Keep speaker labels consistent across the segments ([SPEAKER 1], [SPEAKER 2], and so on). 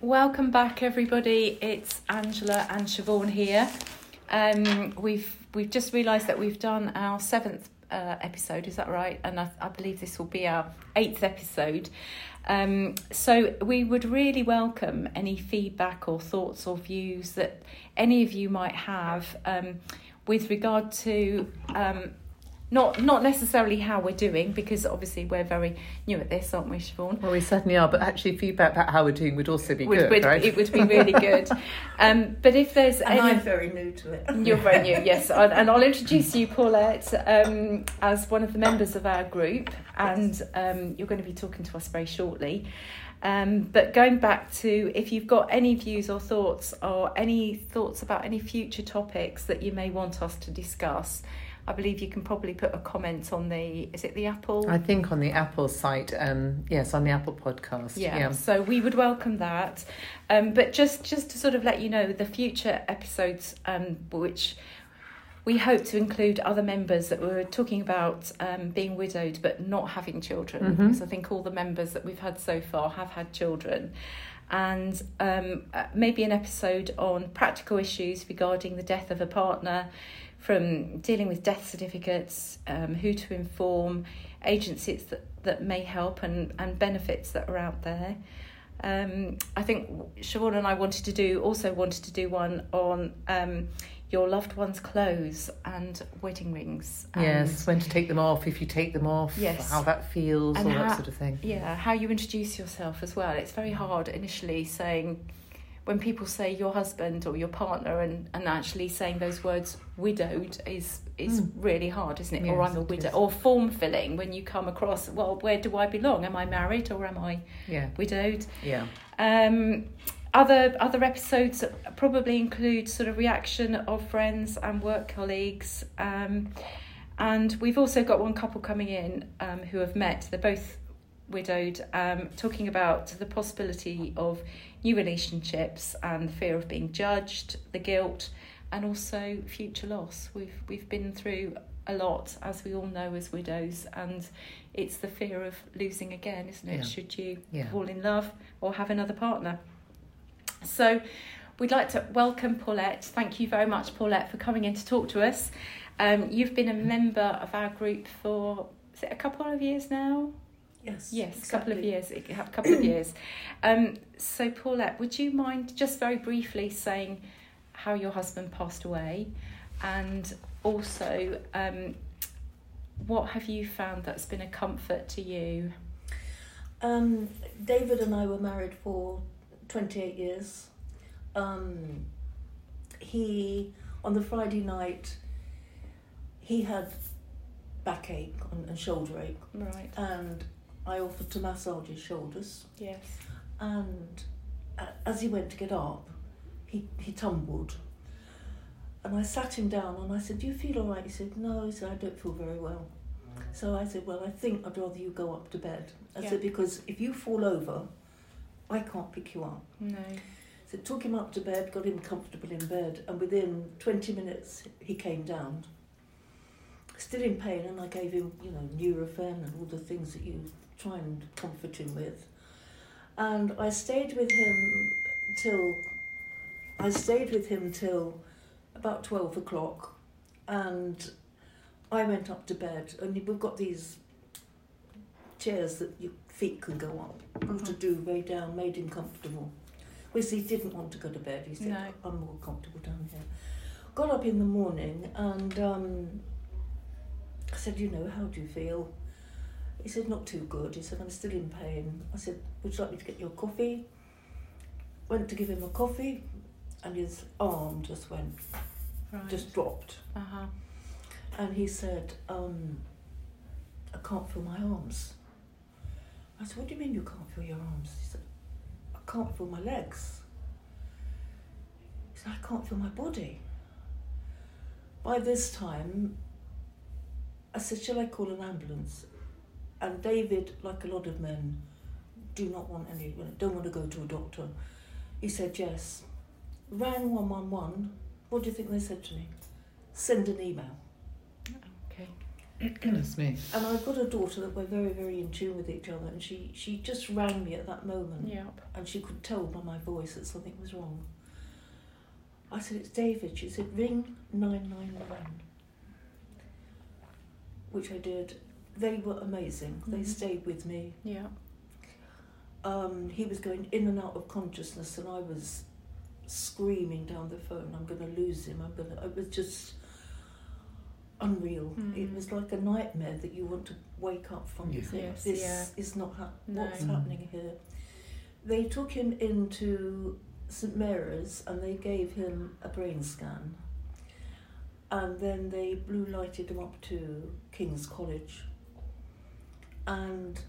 [SPEAKER 1] Welcome back, everybody. It's Angela and Siobhan here. Um, we've we've just realised that we've done our seventh uh, episode. Is that right? And I, I believe this will be our eighth episode. Um, so we would really welcome any feedback or thoughts or views that any of you might have um, with regard to um, not not necessarily how we're doing because obviously we're very new at this, aren't we, Siobhan?
[SPEAKER 2] Well, we certainly are, but actually, feedback about how we're doing would also be
[SPEAKER 1] would,
[SPEAKER 2] good,
[SPEAKER 1] would,
[SPEAKER 2] right?
[SPEAKER 1] It would be really good. Um, but if there's
[SPEAKER 3] And
[SPEAKER 1] any,
[SPEAKER 3] I'm very new to it.
[SPEAKER 1] you're very new, yes, and and I'll introduce you, Paulette, um, as one of the members of our group, and um, you're going to be talking to us very shortly. Um, but going back to if you've got any views or thoughts, or any thoughts about any future topics that you may want us to discuss. I believe you can probably put a comment on the is it the Apple
[SPEAKER 2] I think on the Apple site, um, yes, on the Apple podcast.
[SPEAKER 1] yeah, so we would welcome that um, but just just to sort of let you know the future episodes um, which we hope to include other members that were talking about um, being widowed but not having children because i think all the members that we've had so far have had children and um, uh, maybe an episode on practical issues regarding the death of a partner from dealing with death certificates um, who to inform agencies that, that may help and, and benefits that are out there um, I think Siobhan and I wanted to do also wanted to do one on um, your loved one's clothes and wedding rings. And,
[SPEAKER 2] Yes, when to take them off, if you take them off,
[SPEAKER 1] Yes.
[SPEAKER 2] how that feels,
[SPEAKER 1] And
[SPEAKER 2] all
[SPEAKER 1] how-
[SPEAKER 2] that sort of thing.
[SPEAKER 1] Yeah, how you introduce yourself as well. It's very hard initially saying when people say your husband or your partner and, and actually saying those words widowed is is really hard, isn't it? or
[SPEAKER 2] Hmm. Yes,
[SPEAKER 1] I'm a
[SPEAKER 2] it
[SPEAKER 1] widow
[SPEAKER 2] is.
[SPEAKER 1] or form filling when you come across well, where do I belong? Am I married or am I
[SPEAKER 2] Yeah,
[SPEAKER 1] widowed?
[SPEAKER 2] yeah.
[SPEAKER 1] Um, other other episodes probably include sort of reaction of friends and work colleagues. Um, and we've also got one couple coming in um, who have met. They're both widowed, um, talking about the possibility of new relationships and the fear of being judged, the guilt, and also future loss. We've we've been through a lot, as we all know, as widows, and it's the fear of losing again, isn't it?
[SPEAKER 2] Yeah.
[SPEAKER 1] Should you
[SPEAKER 2] Yeah.
[SPEAKER 1] fall in love or have another partner. So we'd like to welcome Paulette. Thank you very much, Paulette, for coming in to talk to us. Um, you've been a member of our group for is it a couple of years now?
[SPEAKER 3] Yes.
[SPEAKER 1] Yes, a couple of years. A couple of years. Um, so Paulette, would you mind just very briefly saying how your husband passed away, and also um, what have you found that's been a comfort to you?
[SPEAKER 3] Um, David and I were married for 28 years. Um, he, on the Friday night, he had backache and, and shoulder ache,
[SPEAKER 1] Right.
[SPEAKER 3] and I offered to massage his shoulders.
[SPEAKER 1] Yes.
[SPEAKER 3] And a- as he went to get up, he, he tumbled. And I sat him down and I said, Do you feel all right? He said, No, he said, I don't feel very well. So I said, Well, I think I'd rather you go up to bed. I
[SPEAKER 1] Yeah.
[SPEAKER 3] said, Because if you fall over, I can't pick you up.
[SPEAKER 1] No.
[SPEAKER 3] So took him up to bed, got him comfortable in bed, and within 20 minutes he came down. Still in pain, and I gave him, you know, Nurofen and all the things that you try and comfort him with. And I stayed with him till I stayed with him till about 12 o'clock, and I went up to bed. And we've got these chairs that your feet can go up, put a duvet down, made him comfortable. Because he didn't want to go to bed. He said,
[SPEAKER 1] No.
[SPEAKER 3] I'm more comfortable down here. Got up in the morning and um, I said, You know, how do you feel? He said, Not too good. He said, I'm still in pain. I said, Would you like me to get your coffee? Went to give him a coffee and his arm just went,
[SPEAKER 1] Right.
[SPEAKER 3] just dropped.
[SPEAKER 1] Uh huh.
[SPEAKER 3] And he said, um, I can't feel my arms. I said, What do you mean you can't feel your arms? He said, I can't feel my legs. He said, I can't feel my body. By this time, I said, Shall I call an ambulance? And David, like a lot of men, do not want any, don't want to go to a doctor. He said, Yes. Rang 111. What do you think they said to me? Send an email.
[SPEAKER 1] Okay.
[SPEAKER 2] Goodness me.
[SPEAKER 3] And I've got a daughter that we're very, very in tune with each other, and she, she just rang me at that moment,
[SPEAKER 1] Yep.
[SPEAKER 3] and she could tell by my voice that something was wrong. I said, It's David. She said, Ring 999. Which I did. They were amazing. They
[SPEAKER 1] Mhm.
[SPEAKER 3] stayed with me.
[SPEAKER 1] Yep.
[SPEAKER 3] um, he was going in and out of consciousness, and I was screaming down the phone, "I'm going to lose him! I'm going to!" It was just unreal.
[SPEAKER 1] Mm.
[SPEAKER 3] It was like a nightmare that you want to wake up from. You
[SPEAKER 2] Yeah.
[SPEAKER 3] think
[SPEAKER 1] Yes,
[SPEAKER 3] this
[SPEAKER 1] yeah.
[SPEAKER 3] is not hap-
[SPEAKER 1] No.
[SPEAKER 3] what's
[SPEAKER 2] Mm.
[SPEAKER 3] happening here. They took him into St Mary's and they gave him a brain scan, and then they blue lighted him up to King's College, and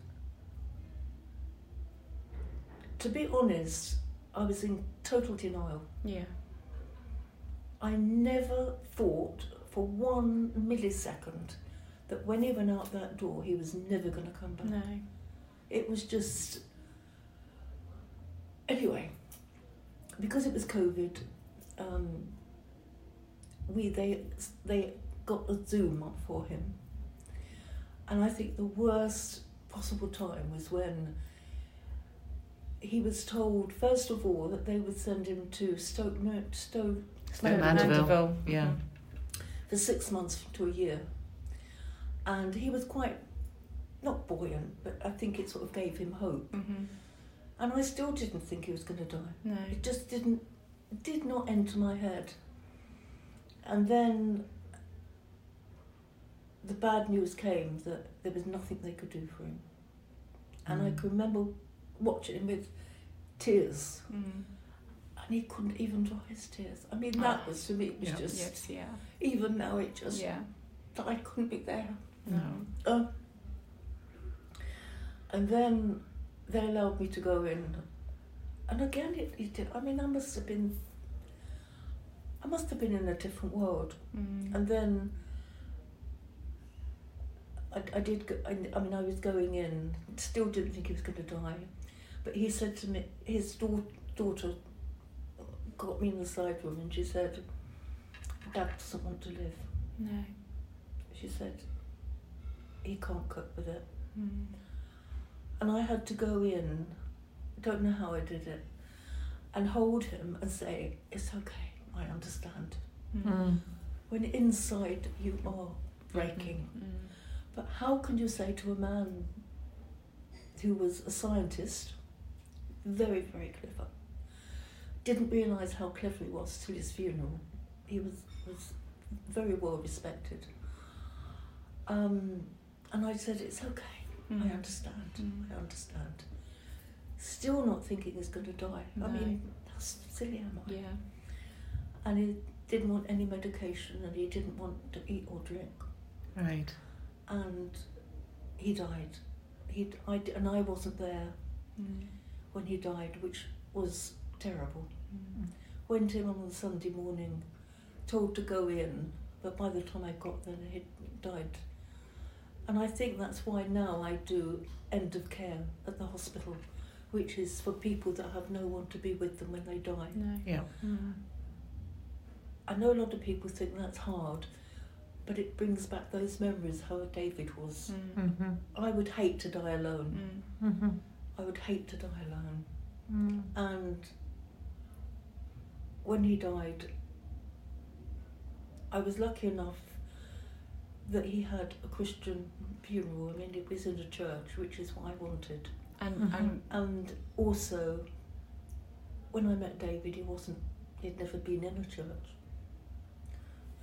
[SPEAKER 3] to be honest, I was in total denial.
[SPEAKER 1] Yeah.
[SPEAKER 3] I never thought for one millisecond that when he went out that door, he was never going to come back.
[SPEAKER 1] No.
[SPEAKER 3] It was just. Anyway, because it was COVID, um, we they they got a Zoom up for him, and I think the worst possible time was when he was told first of all that they would send him to Stoke Mo- Stoke
[SPEAKER 2] Stoke Mandeville. Yeah.
[SPEAKER 1] Mhm.
[SPEAKER 3] for six months to a year. And he was quite, not buoyant, but I think it sort of gave him hope.
[SPEAKER 1] Mhm.
[SPEAKER 3] And I still didn't think he was going to die.
[SPEAKER 1] No.
[SPEAKER 3] It just didn't, did not enter my head. And then the bad news came that there was nothing they could do for him. And I
[SPEAKER 2] Mm.
[SPEAKER 3] can remember watching him with tears.
[SPEAKER 1] Mm.
[SPEAKER 3] And he couldn't even dry his tears. I mean, that was for me, it was
[SPEAKER 2] Yeah.
[SPEAKER 3] just,
[SPEAKER 1] Yes. Ah. Yeah.
[SPEAKER 3] even now, it just,
[SPEAKER 1] Yeah.
[SPEAKER 3] that I couldn't be there.
[SPEAKER 2] Mm.
[SPEAKER 1] No.
[SPEAKER 3] Oh. And then they allowed me to go in. And again, it, it did. I mean, I must have been. I must have been in a different world.
[SPEAKER 1] Mm.
[SPEAKER 3] And then. I, I did. Go, I, I mean, I was going in, still didn't think he was going to die. But he said to me, his daugh- daughter got me in the side room and she said, Dad doesn't want to live.
[SPEAKER 1] No.
[SPEAKER 3] She said, he can't cope with it.
[SPEAKER 1] Mm.
[SPEAKER 3] and I had to go in. Don't know how I did it, and hold him and say, "It's okay, I understand."
[SPEAKER 1] Mm.
[SPEAKER 2] Mm.
[SPEAKER 3] When inside you are breaking,
[SPEAKER 1] Mm.
[SPEAKER 3] but how can you say to a man who was a scientist, very very clever, didn't realise how clever he was till his funeral. He was was very well respected. Um, and I said, "It's okay, I
[SPEAKER 1] Mm.
[SPEAKER 3] understand."
[SPEAKER 1] Mm.
[SPEAKER 3] I understand. Still not thinking he's going to die.
[SPEAKER 1] No.
[SPEAKER 3] I mean, how silly am I?
[SPEAKER 1] Yeah.
[SPEAKER 3] And he didn't want any medication and he didn't want to eat or drink.
[SPEAKER 2] Right.
[SPEAKER 3] And he died. He, I, and I wasn't there
[SPEAKER 1] Mm.
[SPEAKER 3] when he died, which was terrible.
[SPEAKER 1] Mm.
[SPEAKER 3] Went in on a Sunday morning, told to go in, but by the time I got there, he died. And I think that's why now I do end of care at the hospital, which is for people that have no one to be with them when they die.
[SPEAKER 1] No.
[SPEAKER 2] Yeah.
[SPEAKER 1] Mm.
[SPEAKER 3] I know a lot of people think that's hard, but it brings back those memories how David was.
[SPEAKER 1] Mm.
[SPEAKER 2] Mm-hmm.
[SPEAKER 3] I would hate to die alone.
[SPEAKER 1] Mm.
[SPEAKER 2] Mm-hmm.
[SPEAKER 3] I would hate to die alone.
[SPEAKER 2] Mm.
[SPEAKER 3] And when he died, I was lucky enough that he had a Christian funeral. I mean, it was in a church, which is what I wanted.
[SPEAKER 1] And
[SPEAKER 2] Mhm.
[SPEAKER 1] and
[SPEAKER 3] And also, when I met David, he wasn't, he'd never been in a church.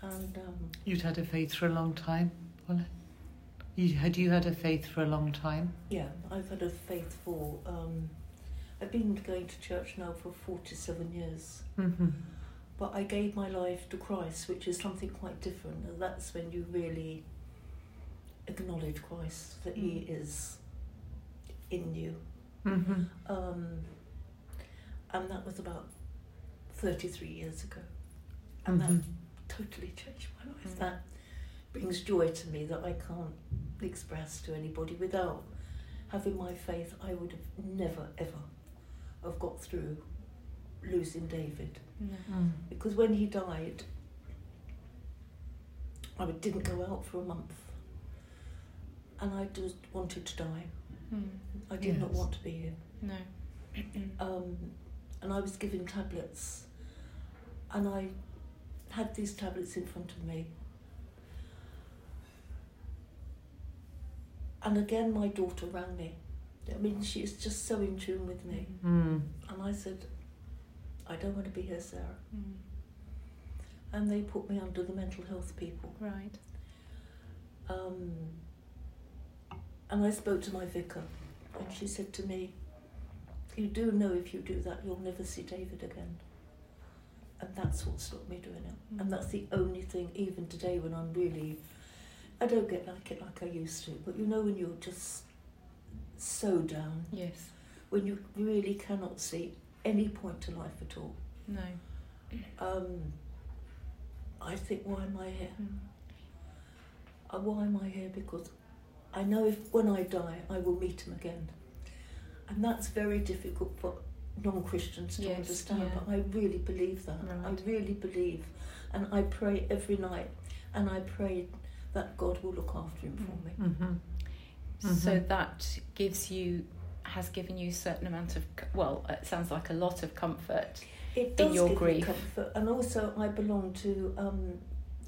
[SPEAKER 3] And um,
[SPEAKER 2] You'd had a faith for a long time, Paula. You had you had a faith for a long time.
[SPEAKER 3] yeah, I've had a faithful, um, I've been going to church now for 47 years.
[SPEAKER 2] Mm-hmm.
[SPEAKER 3] but I gave my life to Christ, which is something quite different. And that's when you really acknowledge Christ, that He is in you.
[SPEAKER 2] Mm-hmm.
[SPEAKER 3] Um, and that was about 33 years ago. And that totally changed my life.
[SPEAKER 1] Mm.
[SPEAKER 3] That brings joy to me that I can't express to anybody without having my faith. I would have never, ever have got through losing David.
[SPEAKER 1] no.
[SPEAKER 2] Mm.
[SPEAKER 3] because when he died, I didn't go out for a month. and I just wanted to die.
[SPEAKER 1] Mm.
[SPEAKER 3] I did not
[SPEAKER 2] Yes.
[SPEAKER 3] want to be here.
[SPEAKER 1] No.
[SPEAKER 3] um, and I was given tablets, and I had these tablets in front of me. And again, my daughter rang me. I mean, she is just so in tune with me.
[SPEAKER 1] Mm-hmm.
[SPEAKER 2] Mm.
[SPEAKER 3] And I said, I don't want to be here, Sarah.
[SPEAKER 1] Mm.
[SPEAKER 3] And they put me under the mental health people.
[SPEAKER 1] Right.
[SPEAKER 3] Um, and I spoke to my vicar, and she said to me, You do know if you do that, you'll never see David again. And that's what stopped me doing it. And that's the only thing, even today, when I'm really. I don't get like it like I used to, but you know, when you're just so down,
[SPEAKER 1] Yes.
[SPEAKER 3] when you really cannot see any point to life at all.
[SPEAKER 1] No.
[SPEAKER 3] Um, I think, why am I here?
[SPEAKER 1] Mm.
[SPEAKER 3] Uh, why am I here? Because I know if when I die, I will meet him again. And that's very difficult for non Christians to
[SPEAKER 1] Yes,
[SPEAKER 3] understand,
[SPEAKER 1] yeah.
[SPEAKER 3] but I really believe that.
[SPEAKER 1] Right.
[SPEAKER 3] I really believe. And I pray every night, and I pray that God will look after him for
[SPEAKER 1] Mm.
[SPEAKER 3] me.
[SPEAKER 2] Mm-hmm.
[SPEAKER 1] So
[SPEAKER 2] Mhm.
[SPEAKER 1] that gives you, has given you a certain amount of, c- well, it sounds like a lot of comfort.
[SPEAKER 3] It does
[SPEAKER 1] your
[SPEAKER 3] give me
[SPEAKER 1] grief.
[SPEAKER 3] comfort. And also, I belong to um,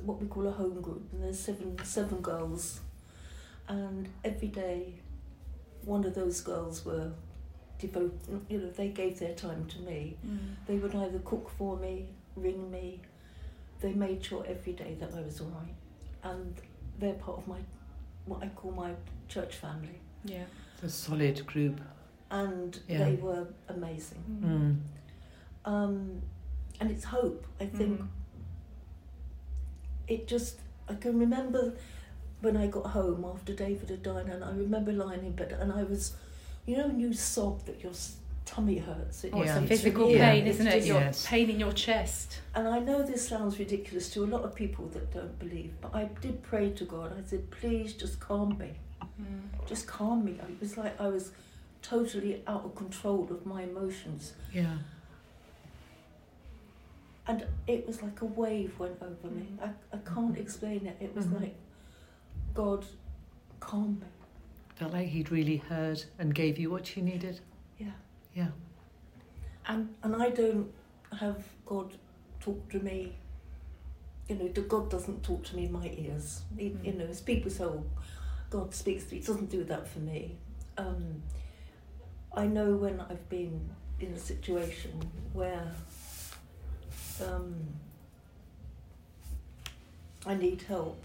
[SPEAKER 3] what we call a home group, and there's seven, seven girls. And every day, one of those girls were devoted, you know, they gave their time to me.
[SPEAKER 1] Mm.
[SPEAKER 3] They would either cook for me, ring me. They made sure every day that I was all right. And they're part of my, what I call my church family.
[SPEAKER 1] Yeah.
[SPEAKER 2] It's a solid group.
[SPEAKER 3] And
[SPEAKER 2] Yeah.
[SPEAKER 3] they were amazing.
[SPEAKER 2] Mm.
[SPEAKER 3] Um, and it's hope, I think.
[SPEAKER 1] Mm.
[SPEAKER 3] It just, I can remember when I got home after David had died, and I remember lying in bed and I was, you know, when you sob that your s- tummy hurts. It
[SPEAKER 1] Oh,
[SPEAKER 2] Yeah.
[SPEAKER 1] it's a
[SPEAKER 3] just-
[SPEAKER 1] physical
[SPEAKER 2] Yeah.
[SPEAKER 1] pain,
[SPEAKER 3] it's
[SPEAKER 1] isn't it?
[SPEAKER 3] just-
[SPEAKER 1] Your
[SPEAKER 2] Yes.
[SPEAKER 1] pain in your chest.
[SPEAKER 3] And I know this sounds ridiculous to a lot of people that don't believe, but I did pray to God. I said, please just calm me.
[SPEAKER 1] Mm.
[SPEAKER 3] Just calm me. It was like I was totally out of control of my emotions.
[SPEAKER 2] Yeah.
[SPEAKER 3] And it was like a wave went over me.
[SPEAKER 1] Mm-hmm.
[SPEAKER 3] I, I can't explain it. It was
[SPEAKER 2] Mhm.
[SPEAKER 3] like, God, calm me.
[SPEAKER 2] Felt like he'd really heard and gave you what you needed.
[SPEAKER 3] Yeah.
[SPEAKER 2] Yeah.
[SPEAKER 3] And, and I don't have God talk to me. You know, God doesn't talk to me in my ears. He, You
[SPEAKER 1] Mm.
[SPEAKER 3] know, as people say, oh, God speaks to me. He doesn't do that for me. Um, I know when I've been in a situation where um, I need help,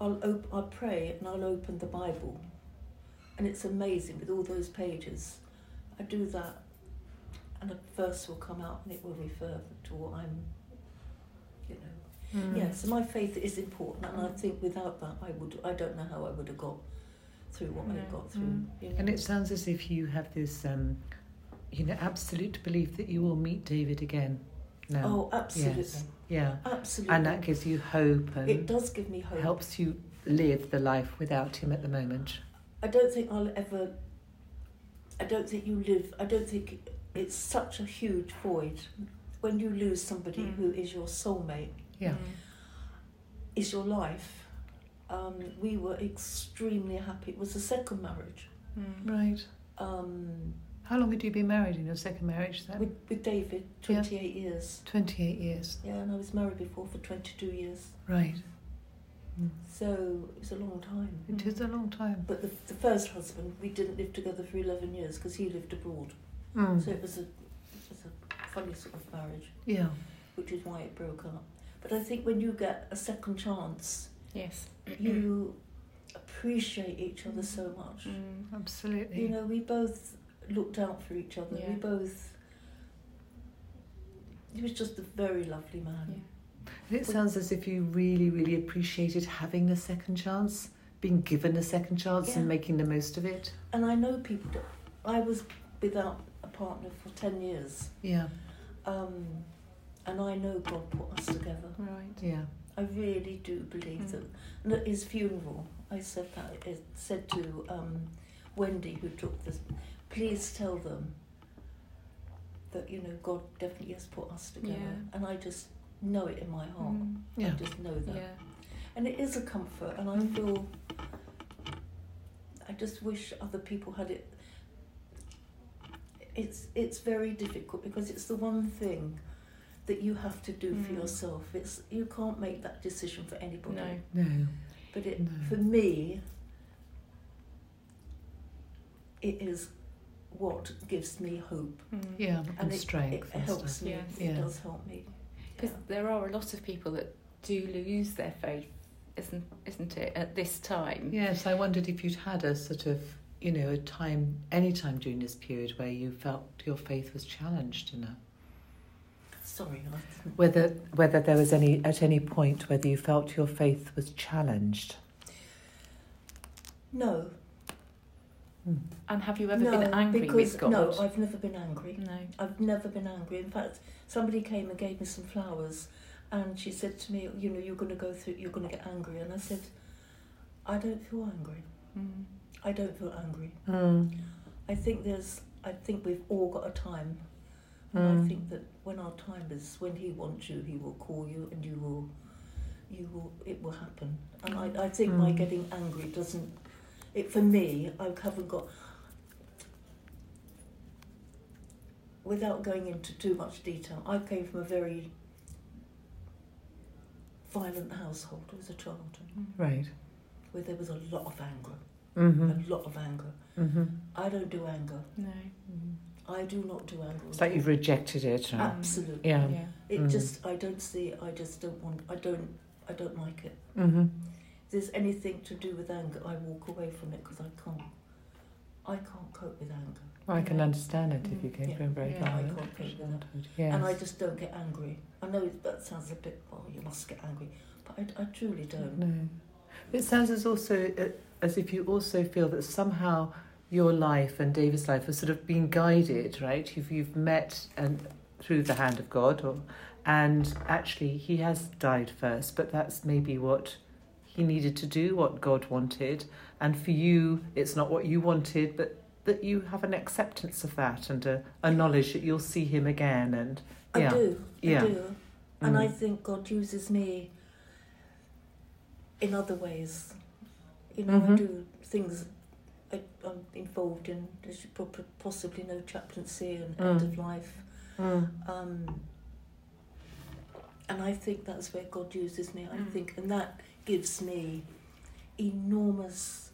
[SPEAKER 3] I'll, op- I'll pray and I'll open the Bible. And it's amazing with all those pages. I do that and a verse will come out and it will refer to what I'm, you know,
[SPEAKER 2] Mm.
[SPEAKER 3] yeah, so my faith is important, and I think without that, I would I don't know how I would have got through what I
[SPEAKER 1] No.
[SPEAKER 3] got through.
[SPEAKER 2] Mm.
[SPEAKER 3] You know?
[SPEAKER 2] And it sounds as if you have this, um, you know, absolute belief that you will meet David again. Now.
[SPEAKER 3] oh, absolutely,
[SPEAKER 2] um, Yes. Yeah.
[SPEAKER 3] absolutely.
[SPEAKER 2] And um, that gives you hope and
[SPEAKER 3] it does give me hope.
[SPEAKER 2] helps you live the life without him at the moment.
[SPEAKER 3] I don't think I'll ever. I don't think you live. I don't think it's such a huge void when you lose somebody
[SPEAKER 1] Mm.
[SPEAKER 3] who is your soulmate,
[SPEAKER 2] Yeah.
[SPEAKER 3] is your life. Um, we were extremely happy. It was a second marriage.
[SPEAKER 1] Mm.
[SPEAKER 2] Right.
[SPEAKER 3] Um,
[SPEAKER 2] How long had you been married in your second marriage then?
[SPEAKER 3] with, with David,
[SPEAKER 2] Yeah.
[SPEAKER 3] 28 years.
[SPEAKER 2] 28 years.
[SPEAKER 3] Yeah, and I was married before for 22 years,
[SPEAKER 2] Right. Mm.
[SPEAKER 3] so it was a long time.
[SPEAKER 2] It is a long time.
[SPEAKER 3] But the, the first husband, we didn't live together for 11 years because he lived abroad.
[SPEAKER 2] Mm.
[SPEAKER 3] So it was, a, it was a funny sort of marriage,
[SPEAKER 2] Yeah.
[SPEAKER 3] which is why it broke up. But I think when you get a second chance,
[SPEAKER 1] Yes.
[SPEAKER 3] you appreciate each other so much.
[SPEAKER 1] Mm.
[SPEAKER 2] Absolutely.
[SPEAKER 3] You know, we both looked out for each other.
[SPEAKER 1] Yeah.
[SPEAKER 3] We both. He was just a very lovely man.
[SPEAKER 1] Yeah.
[SPEAKER 2] It sounds as if you really, really appreciated having the second chance, being given a second chance
[SPEAKER 3] Yeah.
[SPEAKER 2] and making the most of it.
[SPEAKER 3] And I know people that I was without a partner for 10 years.
[SPEAKER 2] Yeah,
[SPEAKER 3] Um, and I know God put us together.
[SPEAKER 1] Right.
[SPEAKER 2] yeah.
[SPEAKER 3] I really do believe
[SPEAKER 1] Mm.
[SPEAKER 3] that. And at his funeral, I said that, I said to um, Wendy, who took this, please tell them that, you know, God definitely has put us together.
[SPEAKER 1] Yeah.
[SPEAKER 3] And I just know it in my heart.
[SPEAKER 1] Mm.
[SPEAKER 2] Yeah.
[SPEAKER 3] I just know that.
[SPEAKER 1] Yeah.
[SPEAKER 3] And it is a comfort, and I
[SPEAKER 2] Mm.
[SPEAKER 3] feel just wish other people had it. It's it's very difficult because it's the one thing that you have to do for
[SPEAKER 1] Mm.
[SPEAKER 3] yourself. It's you can't make that decision for anybody.
[SPEAKER 1] No.
[SPEAKER 2] No.
[SPEAKER 3] But it
[SPEAKER 2] No.
[SPEAKER 3] for me, it is what gives me hope
[SPEAKER 1] Mm.
[SPEAKER 2] Yeah, and,
[SPEAKER 3] it-
[SPEAKER 2] strength
[SPEAKER 3] It
[SPEAKER 2] and
[SPEAKER 3] helps
[SPEAKER 2] stuff.
[SPEAKER 3] me.
[SPEAKER 1] Yes.
[SPEAKER 3] It
[SPEAKER 2] Yeah.
[SPEAKER 3] does help me.
[SPEAKER 1] Because there are a lot of people that do lose their faith, isn't isn't it? At this time,
[SPEAKER 2] Yes, I wondered if you'd had a sort of, you know, a time, any time during this period where you felt your faith was challenged enough.
[SPEAKER 3] Sorry, I didn't.
[SPEAKER 2] Whether whether there was any at any point whether you felt your faith was challenged.
[SPEAKER 3] No.
[SPEAKER 1] and have you ever
[SPEAKER 3] no,
[SPEAKER 1] been angry
[SPEAKER 3] because,
[SPEAKER 1] with God?
[SPEAKER 3] No, I've never been angry.
[SPEAKER 1] no.
[SPEAKER 3] I've never been angry. In fact, somebody came and gave me some flowers, and she said to me, "You know, you're going to go through. You're going to get angry." And I said, "I don't feel angry.
[SPEAKER 1] Mm.
[SPEAKER 3] I don't feel angry.
[SPEAKER 2] Mm.
[SPEAKER 3] I think there's. I think we've all got a time, and I
[SPEAKER 2] Mm.
[SPEAKER 3] think that when our time is, when He wants you, He will call you, and you will, you will. It will happen. And I, I think my
[SPEAKER 2] Mm.
[SPEAKER 3] getting angry doesn't. It for me, I haven't got. Without going into too much detail, I came from a very violent household as a child,
[SPEAKER 1] Mm.
[SPEAKER 2] Right.
[SPEAKER 3] where there was a lot of anger,
[SPEAKER 2] Mm-hmm.
[SPEAKER 3] a lot of anger.
[SPEAKER 2] Mm-hmm.
[SPEAKER 3] I don't do anger.
[SPEAKER 1] No.
[SPEAKER 3] I do not do anger.
[SPEAKER 2] It's like you've rejected it. Or,
[SPEAKER 1] Ah.
[SPEAKER 3] Absolutely.
[SPEAKER 2] Uh, yeah.
[SPEAKER 1] Yeah.
[SPEAKER 3] It
[SPEAKER 2] Mm.
[SPEAKER 3] just I don't see I just don't want I don't I don't like it.
[SPEAKER 2] Mm-hmm.
[SPEAKER 3] If there's anything to do with anger, I walk away from it because I can't I can't cope with anger.
[SPEAKER 2] Well, I can
[SPEAKER 1] Yeah.
[SPEAKER 2] understand it if you came
[SPEAKER 3] Yeah.
[SPEAKER 2] from a very
[SPEAKER 1] Yeah, I
[SPEAKER 2] violent
[SPEAKER 3] can't cope with that.
[SPEAKER 2] childhood. Yes.
[SPEAKER 3] And I just don't get angry. I know it- that sounds a bit well, you must get angry, but I, I truly don't.
[SPEAKER 2] No. It sounds as also uh, as if you also feel that somehow your life and David's life has sort of been guided, right? You've you've met and through the hand of God, or, and actually he has died first, but that's maybe what he needed to do, what God wanted, and for you it's not what you wanted, but that you have an acceptance of that and a, a knowledge that you'll see him again and
[SPEAKER 3] I
[SPEAKER 2] yeah.
[SPEAKER 3] do.
[SPEAKER 2] Yeah.
[SPEAKER 3] I do. And I
[SPEAKER 2] Mm.
[SPEAKER 3] think God uses me in other ways. You know,
[SPEAKER 1] Mm-hmm.
[SPEAKER 3] I
[SPEAKER 2] Mhm.
[SPEAKER 3] do things I, I'm involved in, as you probably possibly know, chaplaincy and end
[SPEAKER 2] Mm.
[SPEAKER 3] of life.
[SPEAKER 2] Mm.
[SPEAKER 3] Um, and I think that's where God uses me. I
[SPEAKER 1] Mm.
[SPEAKER 3] think, and that gives me enormous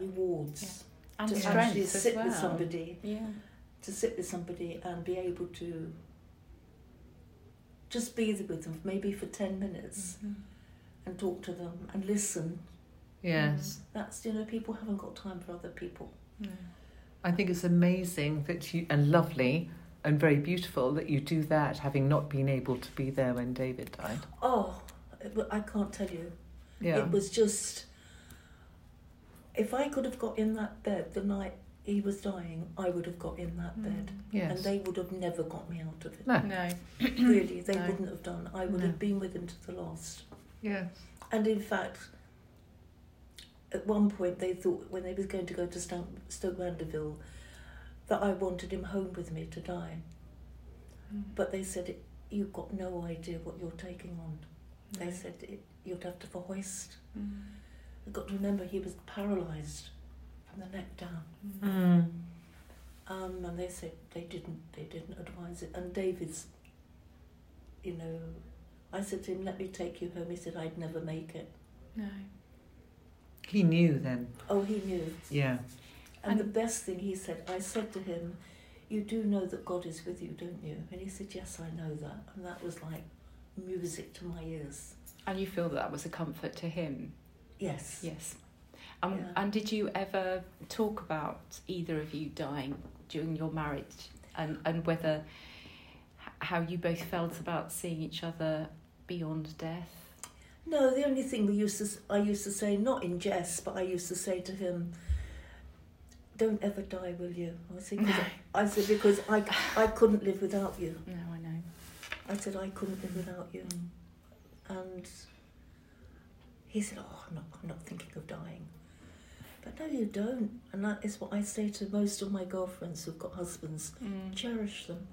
[SPEAKER 3] rewards
[SPEAKER 1] And
[SPEAKER 3] to
[SPEAKER 1] strength
[SPEAKER 3] actually
[SPEAKER 1] as
[SPEAKER 3] sit
[SPEAKER 1] well.
[SPEAKER 3] with somebody,
[SPEAKER 1] Yeah.
[SPEAKER 3] to sit with somebody and be able to just be with them, maybe for ten minutes,
[SPEAKER 1] Mhm.
[SPEAKER 3] and talk to them and listen.
[SPEAKER 2] Yes.
[SPEAKER 3] That's you know, people haven't got time for other people.
[SPEAKER 1] No.
[SPEAKER 2] I think it's amazing that you and lovely and very beautiful that you do that, having not been able to be there when David died.
[SPEAKER 3] Oh, it- well, I can't tell you.
[SPEAKER 2] Yeah,
[SPEAKER 3] It was just. If I could have got in that bed the night he was dying, I would have got in
[SPEAKER 1] Mm-hmm.
[SPEAKER 3] that bed. And
[SPEAKER 2] yes,
[SPEAKER 3] they would have never got me out of it.
[SPEAKER 2] Mm. no,
[SPEAKER 1] No.
[SPEAKER 3] Really, they
[SPEAKER 1] No.
[SPEAKER 3] wouldn't have done. I would
[SPEAKER 2] No.
[SPEAKER 3] have been with him to the last.
[SPEAKER 2] yes,
[SPEAKER 3] And in fact, at one point they thought when they was going to go to Stoke, Stoke Mandeville that I wanted him home with me to die. But they said, You've got no idea what you're taking on. They said, it, You'd have to hoist.
[SPEAKER 1] Mm.
[SPEAKER 3] You've got to remember he was paralysed from the neck down.
[SPEAKER 2] mm.
[SPEAKER 3] Um, and they said they didn't they didn't advise it. And David's you know I said to him, Let me take you home. He said, I'd never make it.
[SPEAKER 1] No.
[SPEAKER 2] he knew then.
[SPEAKER 3] Oh he knew.
[SPEAKER 2] Yeah,
[SPEAKER 3] And, the
[SPEAKER 1] And-
[SPEAKER 3] best thing he said, I said to him, You do know that God is with you, don't you? And he said, Yes, I know that. And that was like music to my ears.
[SPEAKER 1] And you feel that that was a comfort to him.
[SPEAKER 3] Yes.
[SPEAKER 1] Yes. Um,
[SPEAKER 3] Yeah.
[SPEAKER 1] And did you ever talk about either of you dying during your marriage and, and whether h- how you both felt about seeing each other beyond death?
[SPEAKER 3] No, the only thing we used to, s- I used to say, not in jest, but I used to say to him, "Don't ever die, will you?" I said, "'Cause I, I said because I, I couldn't live without you.
[SPEAKER 1] No, I know.
[SPEAKER 3] I said I couldn't live without you,
[SPEAKER 1] Mm.
[SPEAKER 3] and he said, "Oh, I'm not, I'm not thinking of dying." But no, you don't, and that is what I say to most of my girlfriends who've got husbands.
[SPEAKER 1] Mm.
[SPEAKER 3] Cherish them,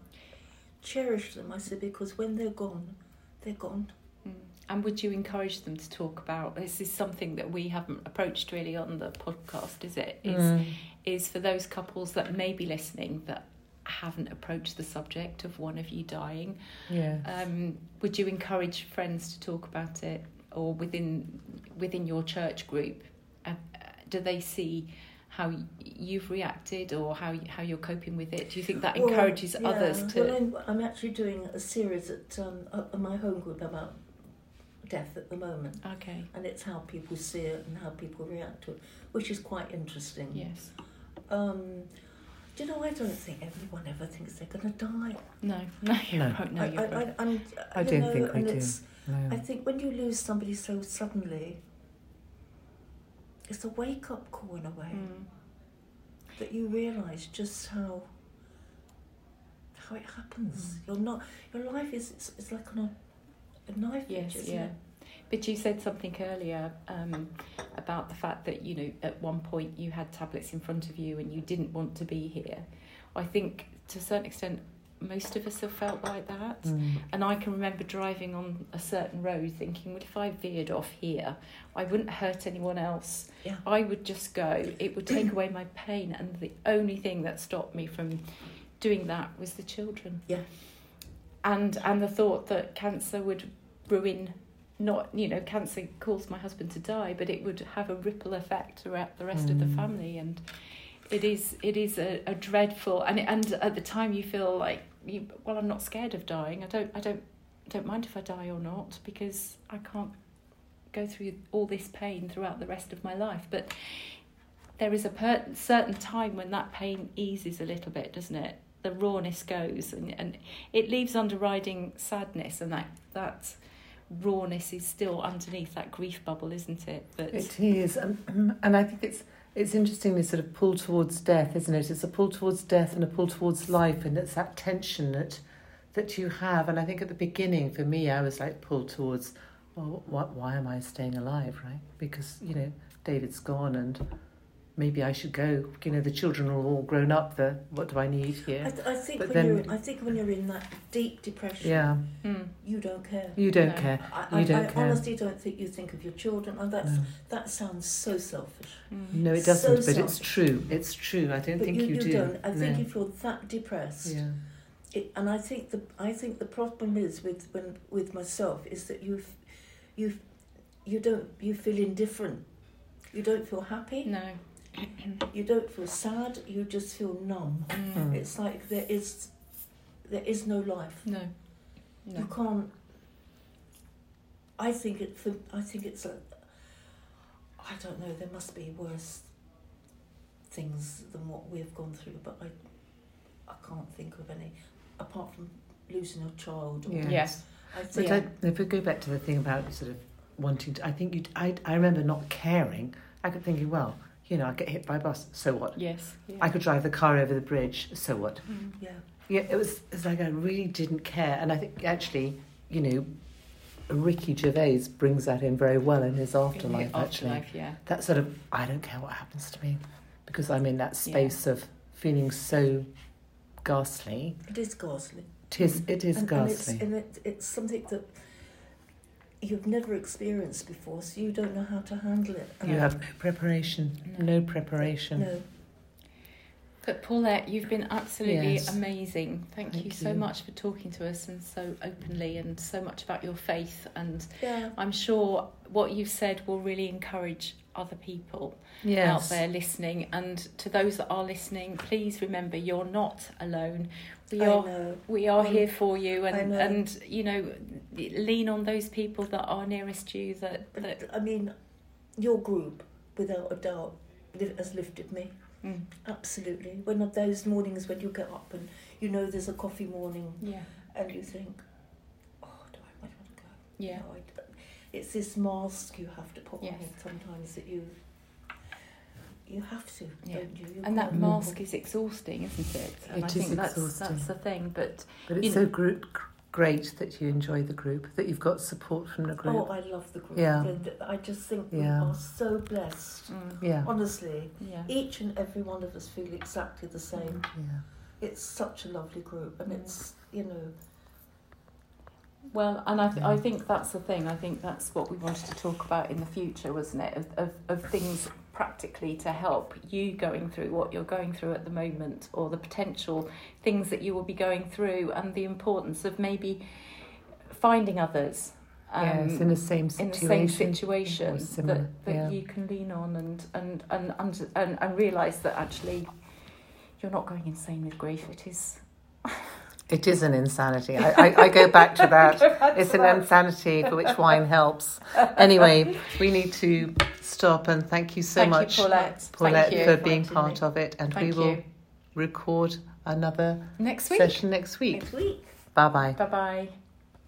[SPEAKER 3] cherish them. I said because when they're gone, they're gone.
[SPEAKER 1] Mm. And would you encourage them to talk about this? Is something that we haven't approached really on the podcast, is it? Is
[SPEAKER 2] Mm.
[SPEAKER 1] is for those couples that may be listening that haven't approached the subject of one of you dying.
[SPEAKER 2] Yeah.
[SPEAKER 1] Um, would you encourage friends to talk about it, or within within your church group? Uh, uh, do they see how y- you've reacted or how y- how you're coping with it? Do you think that
[SPEAKER 3] Well,
[SPEAKER 1] encourages
[SPEAKER 3] yeah.
[SPEAKER 1] others to?
[SPEAKER 3] Well, I'm, I'm actually doing a series at, um, at my home group about death at the moment,
[SPEAKER 1] okay.
[SPEAKER 3] and it's how people see it and how people react to it, which is quite interesting.
[SPEAKER 1] Yes.
[SPEAKER 3] Um, do you know, I don't think everyone ever thinks they're going to die.
[SPEAKER 1] No. No. You
[SPEAKER 2] No.
[SPEAKER 1] won't. No.
[SPEAKER 3] I,
[SPEAKER 1] You
[SPEAKER 3] I,
[SPEAKER 1] won't.
[SPEAKER 3] I, I'm,
[SPEAKER 2] I
[SPEAKER 3] you
[SPEAKER 2] don't
[SPEAKER 3] know,
[SPEAKER 2] think we
[SPEAKER 3] and
[SPEAKER 2] do.
[SPEAKER 3] it's- I
[SPEAKER 2] Yeah.
[SPEAKER 3] think when you lose somebody so suddenly, it's a wake up call in a way
[SPEAKER 1] Mm.
[SPEAKER 3] that you realise just how how it happens.
[SPEAKER 2] Mm.
[SPEAKER 3] You're not your life is it's, it's like on a, a knife
[SPEAKER 1] Yes,
[SPEAKER 3] edge, isn't
[SPEAKER 1] yeah.
[SPEAKER 3] it?
[SPEAKER 1] But you said something earlier um, about the fact that you know at one point you had tablets in front of you and you didn't want to be here. I think to a certain extent most of us have felt like that.
[SPEAKER 2] Mm.
[SPEAKER 1] And I can remember driving on a certain road thinking, well, if I veered off here, I wouldn't hurt anyone else.
[SPEAKER 3] Yeah.
[SPEAKER 1] I would just go. It would take away my pain. And the only thing that stopped me from doing that was the children.
[SPEAKER 3] Yeah.
[SPEAKER 1] And and the thought that cancer would ruin not you know cancer caused my husband to die but it would have a ripple effect throughout the rest of the
[SPEAKER 2] Mm.
[SPEAKER 1] family and it is it is a, a dreadful and and at the time you feel like you, well I'm not scared of dying I don't I don't don't mind if I die or not because I can't go through all this pain throughout the rest of my life but there is a per- certain time when that pain eases a little bit doesn't it the rawness goes and, and it leaves underriding sadness and that that rawness is still underneath that grief bubble isn't it that
[SPEAKER 2] It is, and, and I think it's it's interestingly sort of pull towards death, isn't it? It's a pull towards death and a pull towards life, and it's that tension that that you have. And I think at the beginning, for me, I was like pulled towards, well, what, why am I staying alive, right? Because you know David's gone, and maybe I should go. You know, the children are all grown up. The what do I need
[SPEAKER 3] I,
[SPEAKER 2] here?
[SPEAKER 3] th- I think
[SPEAKER 2] But
[SPEAKER 3] when
[SPEAKER 2] then-
[SPEAKER 3] you're I think when you're in that deep depression,
[SPEAKER 2] Yeah,
[SPEAKER 1] Mm,
[SPEAKER 3] you don't care.
[SPEAKER 2] you don't
[SPEAKER 1] No.
[SPEAKER 2] care.
[SPEAKER 3] I,
[SPEAKER 2] You don't
[SPEAKER 3] I,
[SPEAKER 2] care.
[SPEAKER 3] I honestly don't think you think of your children, and that's
[SPEAKER 2] No.
[SPEAKER 3] that sounds so selfish.
[SPEAKER 1] mm.
[SPEAKER 2] No, it
[SPEAKER 3] So
[SPEAKER 2] doesn't. but it's
[SPEAKER 3] selfish.
[SPEAKER 2] true. It's true. I don't
[SPEAKER 3] But
[SPEAKER 2] think
[SPEAKER 3] you,
[SPEAKER 2] you,
[SPEAKER 3] you
[SPEAKER 2] do.
[SPEAKER 3] not I think
[SPEAKER 2] No.
[SPEAKER 3] if you're that depressed,
[SPEAKER 2] yeah.
[SPEAKER 3] it, and I think the I think the problem is with when with myself is that you f- you f- you don't you feel indifferent. You don't feel happy.
[SPEAKER 1] no
[SPEAKER 3] You don't feel sad. You just feel numb.
[SPEAKER 1] Mm,
[SPEAKER 2] Mm.
[SPEAKER 3] It's like there is there is no life.
[SPEAKER 1] no
[SPEAKER 3] You
[SPEAKER 1] no
[SPEAKER 3] can't. I think it. For, I think it's a. I don't know. There must be worse things than what we've gone through, but I, I can't think of any, apart from losing a child. Or
[SPEAKER 2] Yeah.
[SPEAKER 1] yes
[SPEAKER 3] I
[SPEAKER 2] But
[SPEAKER 3] think
[SPEAKER 1] Yeah.
[SPEAKER 2] I, if we go back to the thing about sort of wanting to, I think you, I, I remember not caring. I kept thinking, well, you know, I get hit by a bus, so what?
[SPEAKER 1] yes yeah.
[SPEAKER 2] I could drive the car over the bridge, so what?
[SPEAKER 1] Mm.
[SPEAKER 3] yeah.
[SPEAKER 2] Yeah, it was, it was like I really didn't care. And I think actually, you know, Ricky Gervais brings that in very well in his afterlife, actually.
[SPEAKER 1] afterlife yeah
[SPEAKER 2] That sort of, I don't care what happens to me because I'm in that
[SPEAKER 1] Yeah.
[SPEAKER 2] space of feeling so ghastly.
[SPEAKER 3] It is ghastly.
[SPEAKER 2] Tis, it is
[SPEAKER 3] and, and it's
[SPEAKER 2] ghastly.
[SPEAKER 3] and it, it's something that you've never experienced before, so you don't know how to handle it. And
[SPEAKER 2] you
[SPEAKER 3] I-
[SPEAKER 2] have no preparation,
[SPEAKER 1] No.
[SPEAKER 2] no, preparation.
[SPEAKER 3] no.
[SPEAKER 1] But Paulette, you've been absolutely
[SPEAKER 2] Yes.
[SPEAKER 1] amazing. Thank, you
[SPEAKER 2] Thank
[SPEAKER 1] so
[SPEAKER 2] you.
[SPEAKER 1] much for talking to us and so openly and so much about your faith. And
[SPEAKER 3] Yeah.
[SPEAKER 1] I'm sure what you've said will really encourage other people out
[SPEAKER 2] Yes.
[SPEAKER 1] there listening. And to those that are listening, please remember you're not alone. We
[SPEAKER 3] I
[SPEAKER 1] are
[SPEAKER 3] know.
[SPEAKER 1] we are
[SPEAKER 3] I-
[SPEAKER 1] here for you,
[SPEAKER 3] I
[SPEAKER 1] and
[SPEAKER 3] know.
[SPEAKER 1] and you know, lean on those people that are nearest you. That that
[SPEAKER 3] But, I mean, your group, without a doubt, li- has lifted me.
[SPEAKER 1] mm,
[SPEAKER 3] Absolutely. One of those mornings when you get up and you know there's a coffee morning
[SPEAKER 1] yeah
[SPEAKER 3] and you think, oh, do I really want to go?
[SPEAKER 1] yeah
[SPEAKER 3] No, I don't." It's this mask you have to put
[SPEAKER 1] Yes.
[SPEAKER 3] on sometimes that you you have to,
[SPEAKER 1] Yeah.
[SPEAKER 3] don't you? you
[SPEAKER 1] and that
[SPEAKER 3] can't-
[SPEAKER 1] mask is exhausting, isn't it? And
[SPEAKER 2] It
[SPEAKER 1] I
[SPEAKER 2] is
[SPEAKER 1] think that's
[SPEAKER 2] exhausting.
[SPEAKER 1] that's the thing, but.
[SPEAKER 2] But it's
[SPEAKER 1] you
[SPEAKER 2] so
[SPEAKER 1] know.
[SPEAKER 2] group great that you enjoy the group, that you've got support from the
[SPEAKER 3] Oh,
[SPEAKER 2] group.
[SPEAKER 3] I love the group.
[SPEAKER 2] Yeah.
[SPEAKER 3] The- the- I just think
[SPEAKER 2] Yeah.
[SPEAKER 3] we are so blessed.
[SPEAKER 1] Mm,
[SPEAKER 2] yeah.
[SPEAKER 3] Honestly,
[SPEAKER 1] yeah.
[SPEAKER 3] each and every one of us feel exactly the same.
[SPEAKER 2] Yeah.
[SPEAKER 3] It's such a lovely group, and
[SPEAKER 1] Mm.
[SPEAKER 3] it's you know,
[SPEAKER 1] Well, and I, th- I
[SPEAKER 2] Yeah.
[SPEAKER 1] think that's the thing. I think that's what we wanted to talk about in the future, wasn't it? Of, of, of things practically to help you going through what you're going through at the moment, or the potential things that you will be going through, and the importance of maybe finding others
[SPEAKER 2] yes, in the same
[SPEAKER 1] um, in the
[SPEAKER 2] situation.
[SPEAKER 1] same situation
[SPEAKER 2] Or
[SPEAKER 1] that,
[SPEAKER 2] similar,
[SPEAKER 1] that
[SPEAKER 2] yeah.
[SPEAKER 1] you can lean on and and and, under, and and realize that actually you're not going insane with grief. It is.
[SPEAKER 2] It is an insanity. I, I, I go back to that.
[SPEAKER 1] Go back
[SPEAKER 2] It's
[SPEAKER 1] to
[SPEAKER 2] an
[SPEAKER 1] that.
[SPEAKER 2] insanity for which wine helps. Anyway, we need to stop and thank you so
[SPEAKER 1] Thank
[SPEAKER 2] much,
[SPEAKER 1] you, Paulette.
[SPEAKER 2] Paulette,
[SPEAKER 1] Thank you.
[SPEAKER 2] for being
[SPEAKER 3] inviting me.
[SPEAKER 2] part of it. And
[SPEAKER 1] Thank
[SPEAKER 2] we will
[SPEAKER 1] you.
[SPEAKER 2] record another
[SPEAKER 1] Next week.
[SPEAKER 2] session next week.
[SPEAKER 3] Next week.
[SPEAKER 2] Bye bye.
[SPEAKER 1] Bye bye.